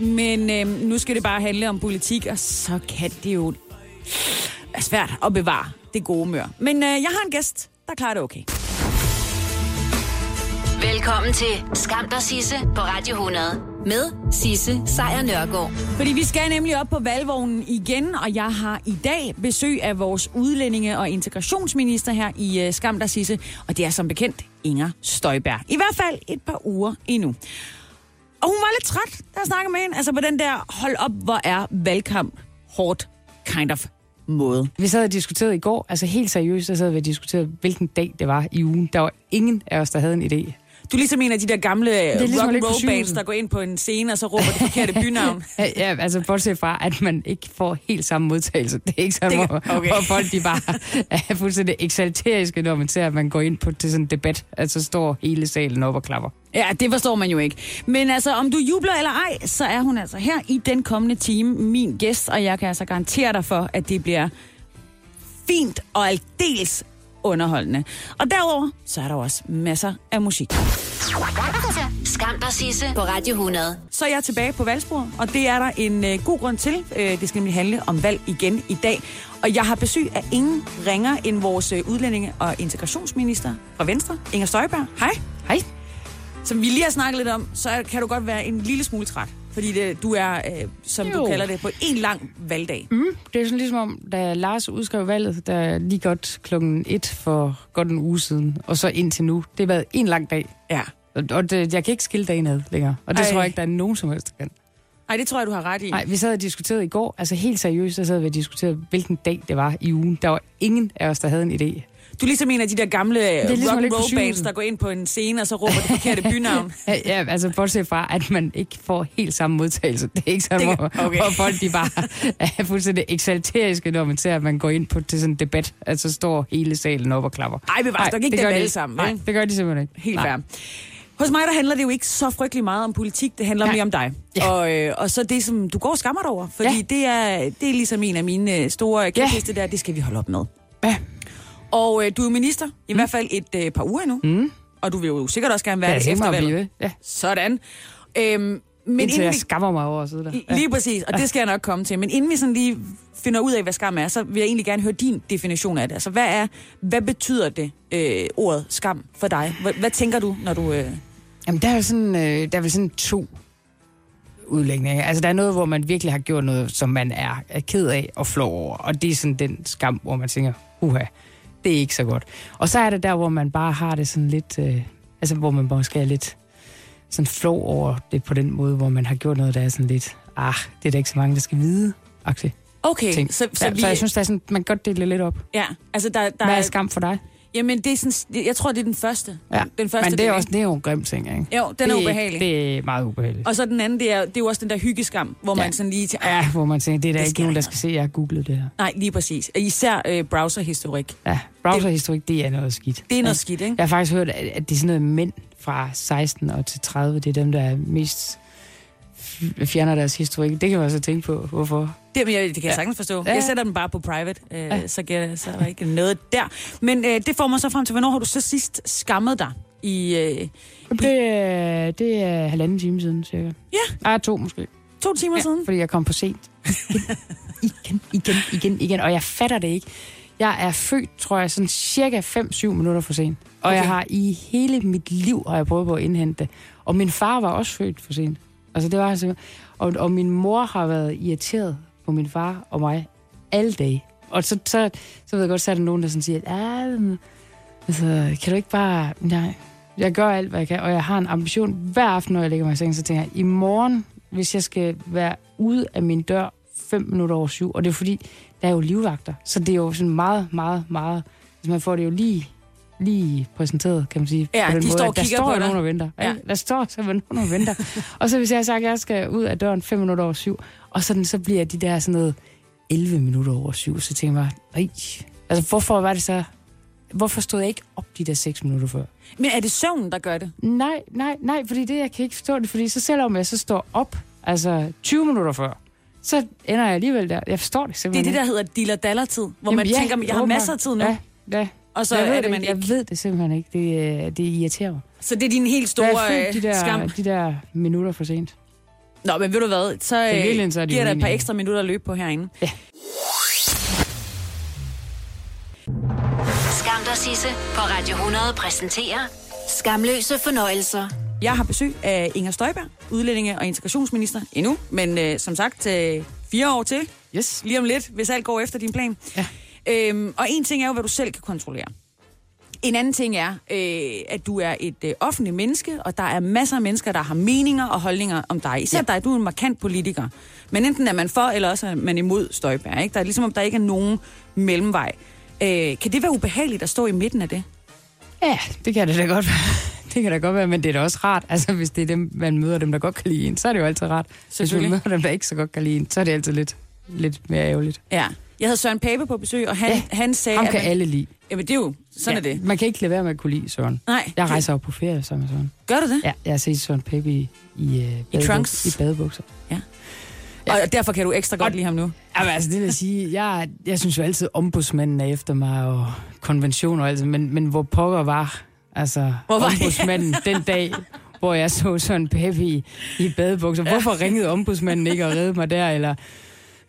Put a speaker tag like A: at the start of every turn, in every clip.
A: Men øh, nu skal det bare handle om politik, og så kan det jo være svært at bevare det gode mør. Men øh, jeg har en gæst, der klarer det okay.
B: Velkommen til Skam der Sisse på Radio 100 med Sisse Sejr Nørgaard.
A: Fordi vi skal nemlig op på valgvognen igen, og jeg har i dag besøg af vores udlændinge- og integrationsminister her i øh, Skam der Sisse, og det er som bekendt Inger Støjberg. I hvert fald et par uger endnu. Og hun var lidt træt, da jeg snakkede med hende. Altså på den der, hold op, hvor er valgkamp hårdt, kind of måde.
C: Vi sad og diskuterede i går, altså helt seriøst, der sad vi og diskuterede, hvilken dag det var i ugen. Der var ingen af os, der havde en idé.
A: Du er ligesom en af de der gamle
C: er ligesom
A: rock
C: at ligge på
A: roll bands,
C: cykel.
A: der går ind på en scene, og så råber det forkerte bynavn.
C: Ja, Ja, altså bortset fra, at man ikke får helt samme modtagelse. Det er ikke sådan,
A: Det-
C: hvor,
A: okay.
C: okay. hvor folk de bare er fuldstændig eksalteriske, når man ser, at man går ind på til sådan en debat, at så står hele salen op og klapper.
A: Ja, det forstår man jo ikke. Men altså, om du jubler eller ej, så er hun altså her i den kommende time min gæst, og jeg kan altså garantere dig for, at det bliver fint og aldeles underholdende. Og derover så er der også masser af musik.
B: Skam der Sisse på Radio 100.
A: Så er jeg tilbage på valgspor, og det er der en øh, god grund til. Øh, det skal nemlig handle om valg igen i dag. Og jeg har besøg af ingen ringer end vores øh, udlændinge- og integrationsminister fra Venstre, Inger Støjberg. Hej.
C: Hej.
A: Som vi lige har snakket lidt om, så er- kan du godt være en lille smule træt. Fordi det, du er, øh, som jo. du
C: Jo.
A: kalder det, på en lang valgdag.
C: Mm, det er sådan ligesom om, da Lars udskrev valget, der lige godt klokken et for godt en uge siden, og så indtil nu. Det har været en lang dag,
A: Ja.
C: og og det, jeg kan ikke skille dagen ad længere. Og det
A: Ej.
C: Ej. tror jeg ikke, der er nogen som helst, der kan.
A: Ej, det tror jeg, du har ret i.
C: Nej, vi sad og diskuterede i går, altså helt seriøst, der sad vi og diskuterede, hvilken dag det var i ugen. Der var ingen af os, der havde en idé.
A: Du er ligesom en af de der gamle øh,
C: er ligesom at
A: rock
C: ligge på
A: roll bands,
C: cykel.
A: der går ind på en scene, og så råber det forkerte bynavn.
C: Ja, Ja, altså bortset fra, at man ikke får helt samme modtagelse. Det er ikke sådan,
A: Det-
C: det, okay.
A: okay.
C: hvor, hvor folk de bare er fuldstændig eksalteriske, når man ser, at man går ind på til sådan en debat, at så står hele salen op og klapper.
A: Ej, bevares, der gik
C: det
A: dem
C: gør de
A: alle
C: ikke.
A: sammen,
C: Nej,
A: vel?
C: det gør de simpelthen ikke.
A: Helt
C: Nej.
A: fair. Hos mig, der handler det jo ikke så frygtelig meget om politik, det handler
C: Nej.
A: mere om dig.
C: Ja.
A: Og, øh, og så det, som du går og skammer dig over, fordi ja.
C: Ja.
A: det, er, det er ligesom en af mine øh, store kæpheste der, det skal vi holde op med.
C: Ja.
A: Og øh, du er jo minister, i mm. hvert fald et øh, par uger nu, mm. og du vil jo sikkert også gerne være
C: Ja,
A: det
C: det
A: efter
C: er
A: valget.
C: blive. Ja.
A: Sådan. Øhm, men
C: Indtil
A: inden
C: jeg
A: vi,
C: skammer mig over at sidde der. Ja.
A: lige præcis, og det skal jeg nok komme til, men inden vi sådan lige finder ud af, hvad skam er, så vil jeg egentlig gerne høre din definition af det. Altså, hvad, er, hvad betyder det, øh, ordet skam, for dig? Hvad, hvad tænker du, når du... Øh,
C: Jamen, der er, jo sådan, øh, der er vel sådan to udlægninger. Altså, der er noget, hvor man virkelig har gjort noget, som man er er ked af og flov over. Og det er sådan den skam, hvor man tænker, uha, det er ikke så godt. Og så er det der, hvor man bare har det sådan lidt... Øh, altså, hvor man måske er lidt sådan flov over det på den måde, hvor man har gjort noget, der er sådan lidt... Ah, det er der ikke så mange, der skal vide. Okay.
A: Okay,
C: Ting.
A: så, så,
C: ja,
A: vi,
C: så jeg synes, der er sådan, man kan godt dele det lidt op.
A: ja, altså der, der
C: Hvad er
A: er,
C: skam for dig?
A: jamen det er sådan, jeg tror det er den første.
C: Ja.
A: Den første
C: Men det er,
A: del,
C: også, det er jo en grim ting, ikke?
A: ikke? Jo, den
C: det,
A: er
C: ikke-
A: ubehagelig. Det.
C: Det er meget ubehageligt.
A: Og så den anden, det er, det er jo også den der hyggeskam, hvor ja.
C: Ja.
A: man sådan lige til,
C: Ja, hvor man tænker, det er der
A: Det sker
C: det ikke nogen,
A: ikke
C: der skal se, at jeg har googlet det her.
A: nej, lige præcis. Især øh, browserhistorik.
C: Ja, browserhistorik, det er noget skidt.
A: Det er noget
C: Ja.
A: skidt, ikke?
C: Jeg har faktisk hørt, at at det er sådan noget mænd fra 16 og til 30, det er dem, der er mest f- fjerner deres historik. Det kan man så tænke på, hvorfor.
A: Det, men jeg, det kan jeg sagtens forstå.
C: Ja.
A: Jeg sætter den bare på private, øh,
C: Ja.
A: så, giver, så er der ikke noget der. Men øh, det får mig så frem til, hvornår har du så sidst skammet dig i øh,
C: Det blev, det er halvanden time siden, cirka.
A: Ja.
C: Ah, to måske.
A: to timer ja. siden?
C: Fordi jeg kom for sent. Igen, igen, igen, igen. Og jeg fatter det ikke. Jeg er født, tror jeg, sådan cirka 5-7 minutter for sent. Og okay.
A: Okay.
C: jeg har i hele mit liv, har jeg prøvet på at indhente det. Og min far var også født for sent. Altså, det var simpelthen... Og, og min mor har været irriteret på min far og mig alle dage. Og så, så, så ved jeg godt, så er der nogen, der sådan siger, "Ah, men, altså, kan du ikke bare... Nej, jeg gør alt, hvad jeg kan, og jeg har en ambition hver aften, når jeg ligger mig i sengen, så tænker jeg, i morgen, hvis jeg skal være ude af min dør 5 minutter over syv, og det er fordi, der er jo livvagter, så det er jo sådan meget, meget, meget, altså man får det jo lige, lige præsenteret, kan man sige.
A: Ja,
C: på den
A: de
C: måde,
A: står
C: at
A: og
C: der
A: kigger
C: står
A: på
C: jo
A: dig.
C: nogen og venter.
A: Ja.
C: Ja. Der står simpelthen nogen og venter. og så hvis jeg har sagt, at jeg skal ud af døren 5 minutter over syv, og sådan, så bliver de der sådan noget 11 minutter over syv, så tænker jeg bare, "Ej." altså hvorfor var det så, hvorfor stod jeg ikke op de der 6 minutter før?
A: Men er det søvnen, der gør det?
C: Nej, nej, nej, fordi det, jeg kan ikke forstå det, fordi så selvom jeg så står op, altså 20 minutter før, så ender jeg alligevel der. Jeg forstår det
A: Det er
C: simpelthen
A: det, der hedder diller-daller-tid, hvor
C: Jamen,
A: man
C: ja,
A: tænker, jeg har
C: åbenbart.
A: masser af tid nu,
C: Ja, ja.
A: og så
C: jeg ved
A: er det, man
C: ikke.
A: ikke.
C: Jeg ved det simpelthen ikke. Det, øh, det irriterer mig.
A: Så det er din helt
C: Der er
A: store
C: fyldt
A: øh,
C: de der,
A: skam.
C: de der minutter for sent.
A: Nå, men ved du hvad, så øh,
C: virkeligheden, så
A: giver
C: er de
A: der et par
C: uenige.
A: ekstra minutter at løbe på herinde.
B: Skam dig, Sisse på Radio 100 præsenterer Skamløse fornøjelser.
A: Jeg har besøg af Inger Støjberg, udlændinge- og integrationsminister endnu, men øh, som sagt øh, fire år til,
C: Yes.
A: lige om lidt, hvis alt går efter din plan.
C: Ja.
A: Øhm, og en ting er jo, hvad du selv kan kontrollere. En anden ting er, øh, at du er et øh, offentligt menneske, og der er masser af mennesker, der har meninger og holdninger om dig. Især ja. dig, du er en markant politiker. Men enten er man for, eller også er man imod Støjberg. Ikke? Der er ligesom, om der ikke er nogen mellemvej. Øh, kan det være ubehageligt at stå i midten af det?
C: Ja, det kan det da godt være. Det kan da godt være, men det er da også rart. Altså, hvis det er dem, man møder dem, der godt kan lide en, så er det jo altid rart. Hvis man
A: Selvfølgelig.
C: møder dem, der ikke så godt kan lide en, så er det altid lidt, lidt mere ærgerligt.
A: Ja. Jeg havde Søren Pape på besøg, og han, ja.
C: Ja,
A: han sagde...
C: Ham
A: at
C: kan
A: man,
C: alle lide.
A: Jamen, det er jo... Sådan ja. er det.
C: Man kan ikke lade være med at kunne lide Søren.
A: Nej.
C: Jeg rejser jo på ferie sammen med Søren.
A: Gør du det?
C: Ja, jeg har set Søren Peppe i, i, øh, badebuk-
A: trunks.
C: I badebukser.
A: Ja. Og derfor kan du ekstra godt lide ham nu.
C: Jamen, altså, det vil jeg sige, jeg, jeg synes jo altid, ombudsmanden er efter mig, og konventioner og alt, sådan, men, men hvor pokker var, altså,
A: Hvor var det?
C: ombudsmanden den dag, hvor jeg så sådan en baby i, i badebukser. Hvorfor ringede ombudsmanden ikke og redde mig der, eller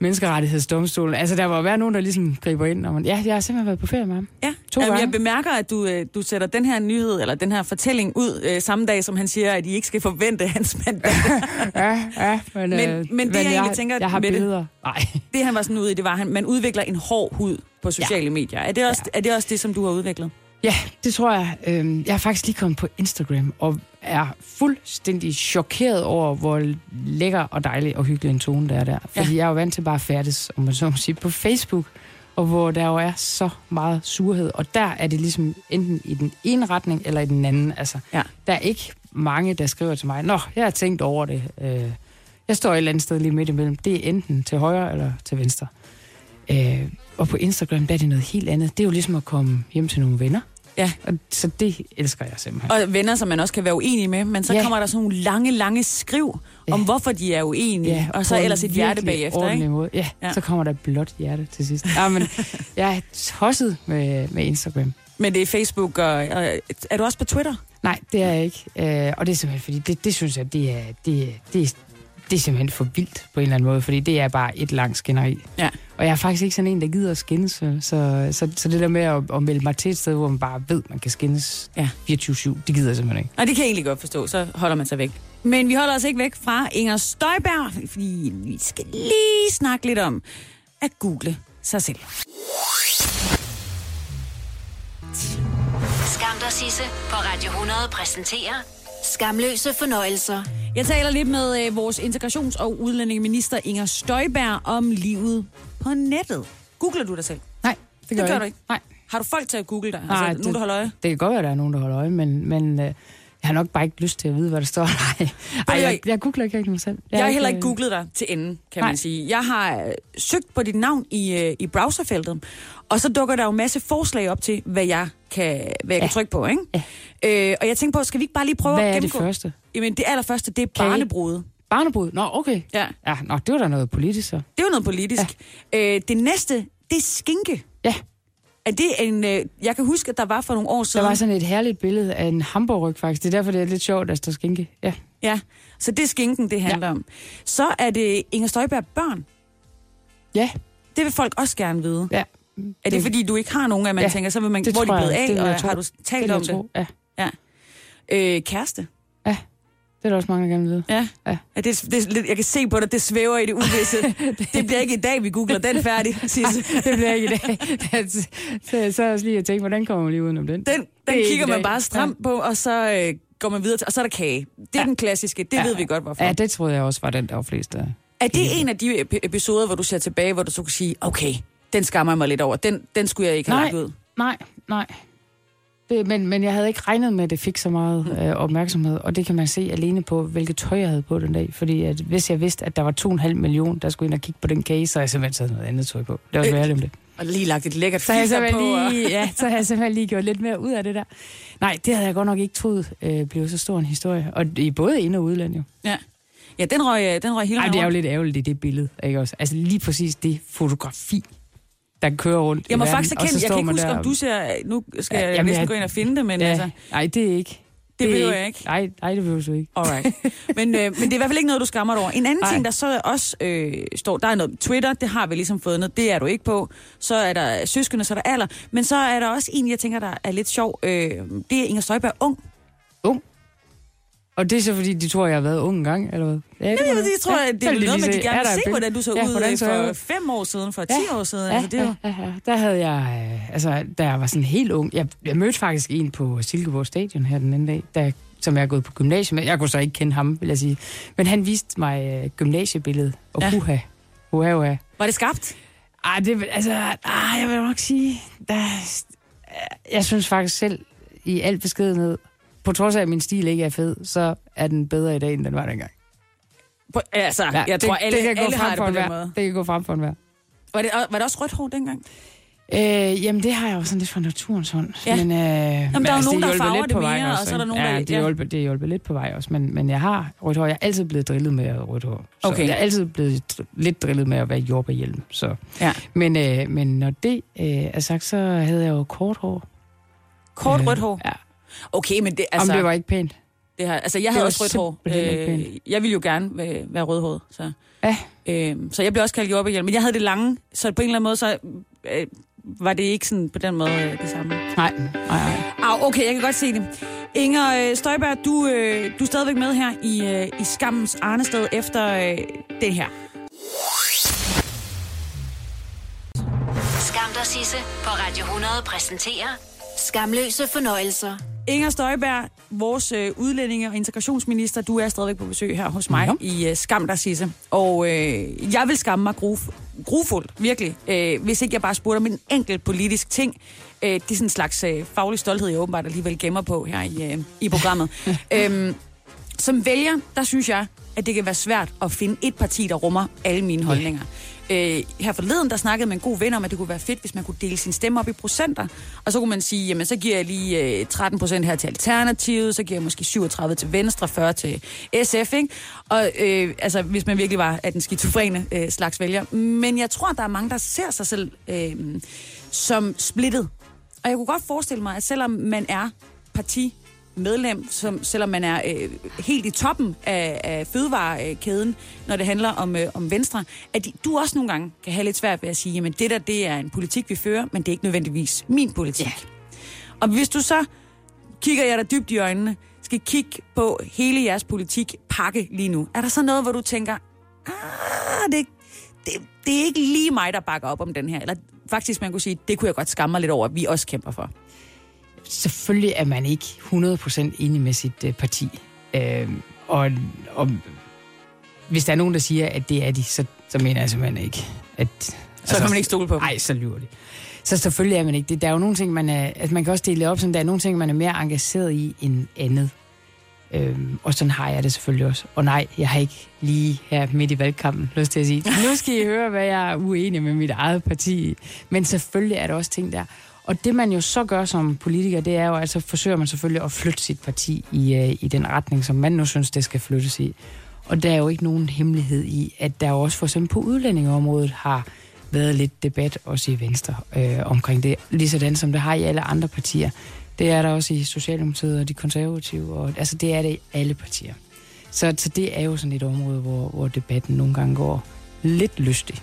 C: menneskerettighedsdomstolen? Altså, der må være nogen, der ligesom griber ind. Og man, ja, jeg har simpelthen været på ferie med ham.
A: Ja,
C: To
A: Jamen,
C: gange.
A: jeg bemærker, at du, øh, du sætter den her nyhed, eller den her fortælling ud øh, samme dag, som han siger, at I ikke skal forvente hans mandat.
C: Ja, ja, men,
A: Men-
C: øh,
A: men det, jeg egentlig tænker
C: jeg har
A: med det-
C: billeder. Nej,
A: Det han var sådan ude i, det var, at man udvikler en hård hud på sociale ja. medier. Er det, også, ja. er det også det, som du har udviklet?
C: Ja, det tror jeg. Øhm, Jeg er faktisk lige kommet på Instagram og er fuldstændig chokeret over, hvor lækker og dejlig og hyggelig en tone der er der. Fordi
A: Ja.
C: jeg er jo vant til bare at færdes, om man så må sige, på Facebook, og hvor der jo er så meget surhed. Og der er det ligesom enten i den ene retning eller i den anden. Altså,
A: Ja.
C: der er ikke mange, der skriver til mig, Nå, jeg har tænkt over det. Øh, Jeg står et eller andet sted lige midt imellem. Det er enten til højre eller til venstre. Øh, Og på Instagram, der er det noget helt andet. Det er jo ligesom at komme hjem til nogle venner.
A: Ja.
C: Og så det elsker jeg simpelthen.
A: Og venner, som man også kan være uenig med, men så ja.
C: Ja.
A: kommer der sådan nogle lange, lange skriv om,
C: Ja.
A: hvorfor de er uenige, ja. og så
C: på en
A: ellers et hjerte
C: virkelig
A: bagefter.
C: ordentlig
A: Ikke?
C: Måde. Ja,
A: Ja.
C: ja, så kommer der et blåt hjerte til sidst. Ja, men jeg er tosset med, med Instagram.
A: Men det er Facebook, og, og er du også på Twitter?
C: Nej, det er jeg ikke. Øh, og det er simpelthen, fordi det, det synes jeg, det er, det, er- det, er- det er simpelthen for vildt på en eller anden måde, fordi det er bare et langt skænderi.
A: Ja.
C: Og jeg er faktisk ikke sådan en, der gider at skændes, så, så, så, så det der med at, at melde mig til et sted, hvor man bare ved, man kan skændes
A: Ja.
C: 24-7, det gider jeg simpelthen ikke.
A: Og det kan jeg egentlig godt forstå, så holder man sig væk. Men vi holder os ikke væk fra Inger Støjberg, fordi vi skal lige snakke lidt om at google sig selv.
B: Skam dig, Sisse på Radio 100 præsenterer Skamløse fornøjelser.
A: Jeg taler lidt med øh, vores integrations- og udlændingeminister Inger Støjberg om livet på nettet. Googler du dig selv?
C: Nej, det gør,
A: gør
C: jeg
A: du ikke?
C: Nej.
A: Har du folk til at google dig?
C: Nej,
A: altså, nogen,
C: det-
A: der holder øje?
C: Det kan godt være, at der er nogen, der holder øje, men, men øh, jeg har nok bare ikke lyst til at vide, hvad der står. Nej,
A: jeg
C: Ej, jeg,
A: ikke.
C: jeg googler ikke rigtig mig selv.
A: Jeg har heller
C: øh,
A: ikke googlet dig til enden, kan
C: Nej.
A: man sige. Jeg har øh, søgt på dit navn i, øh, i browserfeltet, og så dukker der jo en masse forslag op til, hvad jeg kan, hvad jeg kan trykke på, ikke? Øh, og jeg tænkte på, skal vi ikke bare lige prøve
C: Hvad
A: at
C: er det
A: gennemgå?
C: første?
A: Jamen, det allerførste, det er
C: I-
A: barnebrude.
C: Barnebrud? Nå, okay.
A: Ja.
C: Ja, nå, det var da noget politisk så.
A: Det er jo noget politisk. Ja. Øh, det næste, det er skinke.
C: Ja,
A: Er det en, øh, jeg kan huske, at der var for nogle år siden.
C: der var sådan et herligt billede af en hamburgryg faktisk. Det er derfor, det er lidt sjovt, at der skinke. Ja.
A: Ja, så det er skinken, det handler ja. om. Så er det Inger Støjberg børn.
C: Ja,
A: Det vil folk også gerne vide.
C: ja.
A: Er det, det fordi, du ikke har nogen, at man ja,
C: Ja,
A: tænker, så vil man,
C: det
A: hvor er de
C: tror jeg.
A: blevet af,
C: Det vil
A: og
C: jeg tro.
A: har du
C: det
A: talt
C: vil
A: om
C: jeg tro.
A: det?
C: Ja,
A: Øh, kæreste.
C: det er der også mange, der gerne vil vide.
A: Ja.
C: Ja.
A: ja. Det, det, er lidt- jeg kan se på dig, det svæver i det uvisse. det bliver ikke i dag, vi googler den færdig, Sisse.
C: Det bliver ikke i dag. så, så er jeg også lige at tænke, hvordan kommer man lige udenom den?
A: Den,
C: er
A: den
C: ikke
A: kigger
C: i
A: man
C: dag.
A: bare stramt på, og så øh, går man videre til, og så er der kage. Det er ja. den klassiske, det ja. ved vi godt, hvorfor.
C: Ja, det troede jeg også var den, der var flest af.
A: Er det en af de ep- episoder, hvor du ser tilbage, hvor du så kan sige, okay, den skammer jeg mig lidt over, den, den skulle jeg ikke have
C: Nej.
A: lagt ud?
C: Nej, nej. Det, men, men jeg havde ikke regnet med, at det fik så meget øh, opmærksomhed, og det kan man se alene på, hvilket tøj jeg havde på den dag. Fordi at, hvis jeg vidste, at der var 2,5 millioner, der skulle ind og kigge på den case, så havde jeg simpelthen taget noget andet tøj på. Det var
A: Øh,
C: svært om det.
A: Og lige lagt et lækkert
C: Så har, jeg
A: filter på.
C: simpelthen
A: Lige...
C: lige, ja, så har jeg simpelthen lige gjort lidt mere ud af det der. Nej, det havde jeg godt nok ikke troet øh, blev så stor en historie. Og i både ind- og udland jo.
A: Ja. ja, den røg, øh, den røg hele
C: Ej,
A: vejen
C: det er jo
A: rundt.
C: lidt ærgerligt i det billede, ikke også? Altså lige præcis det fotografi, der kører rundt
A: Jeg må
C: i verden,
A: faktisk
C: og så
A: erkende, jeg
C: står
A: kan ikke
C: man
A: huske,
C: der
A: om du ser... Nu skal
C: Ja,
A: jeg
C: jamen,
A: næsten
C: jeg-
A: gå ind og finde det, men ja. altså...
C: Nej, det er ikke.
A: Det
C: er
A: behøver jeg ikke.
C: Nej, nej, det behøver du ikke.
A: Alright. Men, øh, men det er i hvert fald ikke noget, du skammer dig over. En anden
C: Nej.
A: Ej. ting, der så også øh, står, der er noget Twitter, det har vi ligesom fået noget, det er du ikke på. Så er der søskende, så er der alder. Men så er der også en, jeg tænker, der er lidt sjov. Øh, det er Inger Støjberg ung.
C: Og det er så fordi, de tror, jeg har været ung engang, eller hvad? Ja, det,
A: Jamen, det tror jeg, det er
C: vil de
A: noget, man
C: lige
A: de gerne
C: Er
A: vil
C: der et
A: se,
C: billede?
A: hvordan du så
C: Ja,
A: ud
C: hvordan
A: øh,
C: så jeg
A: for
C: ud?
A: fem år siden, for
C: Ja.
A: ti år siden.
C: Ja,
A: Altså, det er jo...
C: ja, ja, ja. Der havde jeg, øh, altså, da jeg var sådan helt ung, jeg, jeg mødte faktisk en på Silkeborg Stadion her den anden dag, da, som jeg er gået på gymnasiet med. Jeg kunne så ikke kende ham, vil jeg sige. Men han viste mig øh, gymnasiebilledet, og
A: Ja.
C: ja. huha, huha, huha.
A: Var det skarpt?
C: Ej, det, altså, ah, jeg vil nok sige, der, jeg synes faktisk selv, i al beskedenhed, på trods af, at min stil ikke er fed, så er den bedre i dag, end den var dengang.
A: På, altså, ja, Ah, jeg tror, alle, alle har det på
C: en
A: den
C: hver.
A: måde.
C: Det kan gå frem for en hver.
A: Var det, var det også rødt hår dengang?
C: Øh, jamen, det har jeg jo sådan lidt fra naturens hånd.
A: Ja.
C: Men, øh,
A: der
C: jamen,
A: er jo nogen, der
C: hjulpet
A: farver
C: lidt
A: det
C: på vej
A: mere, og
C: også,
A: så er der
C: ikke?
A: nogen, der-
C: ja, det
A: ja.
C: hjælper, det hjælper lidt på vej også. Men, men jeg har rødt hår. Jeg er altid blevet drillet med at have rødt hår. Så
A: Okay.
C: Jeg er altid blevet dr- lidt drillet med at være jordbærhjelm. Så.
A: Ja.
C: Men, øh, men når det øh, er sagt, så havde jeg jo kort hår.
A: Kort
C: Øh,
A: rødt hår?
C: Ja.
A: Okay, men det,
C: Altså,
A: altså,
C: Om det var ikke pænt.
A: det her, altså jeg
C: det
A: havde
C: var
A: også rødt hår. Øh,
C: simpelthen ikke pænt.
A: jeg ville jo gerne øh, være rødhåret. Så.
C: Ja.
A: Øh, så jeg blev også kaldt op igen, men jeg havde det lange, så på en eller anden måde, så øh, var det ikke sådan på den måde øh, det samme.
C: Nej, nej, nej.
A: Au, okay, jeg kan godt se det. Inger øh, Støjberg, du, øh, du er stadigvæk med her i, øh, i Skammens Arnested efter øh, den her.
B: Skam dig, Sisse på Radio 100 præsenterer Skamløse fornøjelser.
A: Inger Støjberg, vores øh, udlændinge- og integrationsminister, du er stadigvæk på besøg her hos mig
C: Ja.
A: i øh, Skam dig, Sisse. Og øh, jeg vil skamme mig gruf, grufuldt, virkelig, øh, hvis ikke jeg bare spurgte om en enkelt politisk ting. Øh, det er sådan en slags øh, faglig stolthed, jeg åbenbart alligevel gemmer på her i, øh, i programmet. øhm, som vælger, der synes jeg, at det kan være svært at finde et parti, der rummer alle mine holdninger. Øh, her forleden, der snakkede med en god ven om, at det kunne være fedt, hvis man kunne dele sin stemme op i procenter. Og så kunne man sige, jamen så giver jeg lige øh, 13 procent her til Alternativet, så giver jeg måske 37 til Venstre, 40 til SF, ikke? Og øh, altså, hvis man virkelig var af den skizofrene øh, slags vælger. Men jeg tror, der er mange, der ser sig selv øh, som splittet. Og jeg kunne godt forestille mig, at selvom man er parti medlem, som, selvom man er øh, helt i toppen af, af fødevarekæden, når det handler om, øh, om Venstre, at de, du også nogle gange kan have lidt svært ved at sige, jamen det der, det er en politik, vi fører, men det er ikke nødvendigvis min politik. Og hvis du så, kigger jeg dig dybt i øjnene, skal kigge på hele jeres politik pakke lige nu, er der så noget, hvor du tænker, ah, det, det, det er ikke lige mig, der bakker op om den her, eller faktisk man kunne sige, det kunne jeg godt skamme mig lidt over, at vi også kæmper for.
C: Selvfølgelig er man ikke 100% enig med sit øh, parti. Øh, og, og hvis der er nogen, der siger, at det er de, så, så mener jeg simpelthen ikke, at Altså,
A: Så kan man ikke stole på dem.
C: Nej, så lyver de. Så selvfølgelig er man ikke det. Der er jo nogle ting, man er, at man kan også dele det op, sådan der er nogle ting, man er mere engageret i end andet. Øhm, og sådan har jeg det selvfølgelig også. Og nej, jeg har ikke lige her midt i valgkampen lyst til at sige, nu skal I høre, hvad jeg er uenig med mit eget parti i. Men selvfølgelig er der også ting der. Og det man jo så gør som politiker, det er jo, altså forsøger man selvfølgelig at flytte sit parti i, øh, i den retning, som man nu synes, det skal flyttes i. Og der er jo ikke nogen hemmelighed i, at der jo også for eksempel på udlændingeområdet har været lidt debat også i Venstre øh, omkring det. Ligesådan som det har i alle andre partier. Det er der også i Socialdemokratiet og de konservative. Og, altså det er det i alle partier. Så, så det er jo sådan et område, hvor, hvor debatten nogle gange går lidt lystig.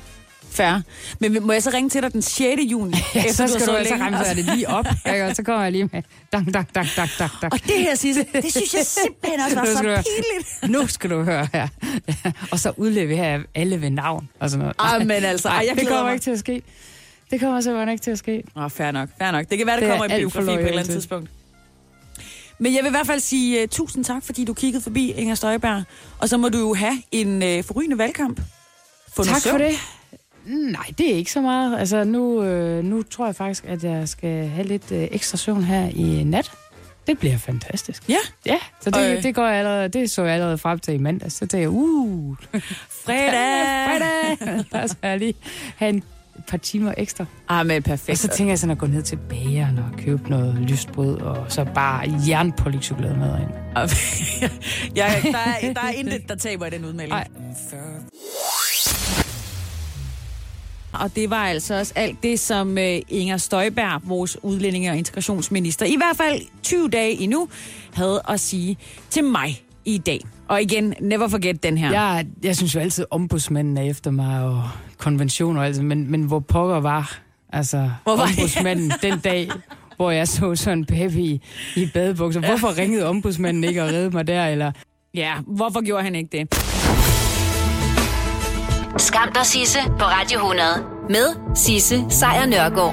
A: Færre. Men må jeg så ringe til dig den 6. juni?
C: Ja, så
A: har
C: skal du
A: siddet
C: altså
A: længe?
C: remse det lige op, ikke? og så kommer jeg lige med. Dang, dang, dang, dang, dang, dang.
A: Og det her, Sisse, det synes jeg simpelthen også var
C: Nu
A: så
C: skal du høre.
A: pinligt.
C: Nu skal du høre her. Ja. Og så udlever her alle ved navn og sådan noget.
A: Ej, men altså, ej, jeg
C: det
A: glæder
C: kommer
A: mig.
C: ikke til at ske. Det kommer simpelthen ikke til at ske.
A: Åh, oh, fair nok, fair nok. Det kan være, det,
C: Det
A: det
C: er
A: kommer i
C: alt for
A: biografi på et
C: loyal
A: eller andet
C: til.
A: tidspunkt. Men jeg vil i hvert fald sige uh, tusind tak, fordi du kiggede forbi, Inger Støjberg. Og så må du jo have en uh, forrygende valgkamp. Få noget
C: tak
A: søvn.
C: for det. Nej, det er ikke så meget. Altså, nu, øh, nu tror jeg faktisk, at jeg skal have lidt øh, ekstra søvn her i nat. Det bliver fantastisk.
A: Ja,
C: Ja, så
A: Og,
C: det,
A: øh,
C: det, går jeg allerede, det så jeg allerede frem til i mandags. Så tænkte jeg, uh,
A: fredag.
C: fredag, der skal jeg lige have en par timer ekstra.
A: Ah, men
C: Og
A: perfekt.
C: så tænker jeg sådan at gå ned til bageren og købe noget lyst brød, og så bare jernpålæg chokolade med ind.
A: jeg, der, er, der er intet, der taber i den udmelding.
C: Ej.
A: Og det var altså også alt det, som øh, Inger Støjberg, vores udlændinge- og integrationsminister, i hvert fald 20 dage endnu, havde at sige til mig i dag. Og igen, never forget den her.
C: Jeg, jeg synes jo altid, ombudsmanden er efter mig, og konventioner og alt, men, men hvor pokker var, altså,
A: Hvor var det?
C: ombudsmanden den dag, hvor jeg så sådan en baby i, i badebukser. Hvorfor ringede ombudsmanden ikke og redde mig der, eller
A: Ja, hvorfor gjorde han ikke det?
B: Skam dig, Sisse, på Radio 100. Med Sisse Sejr Nørgaard.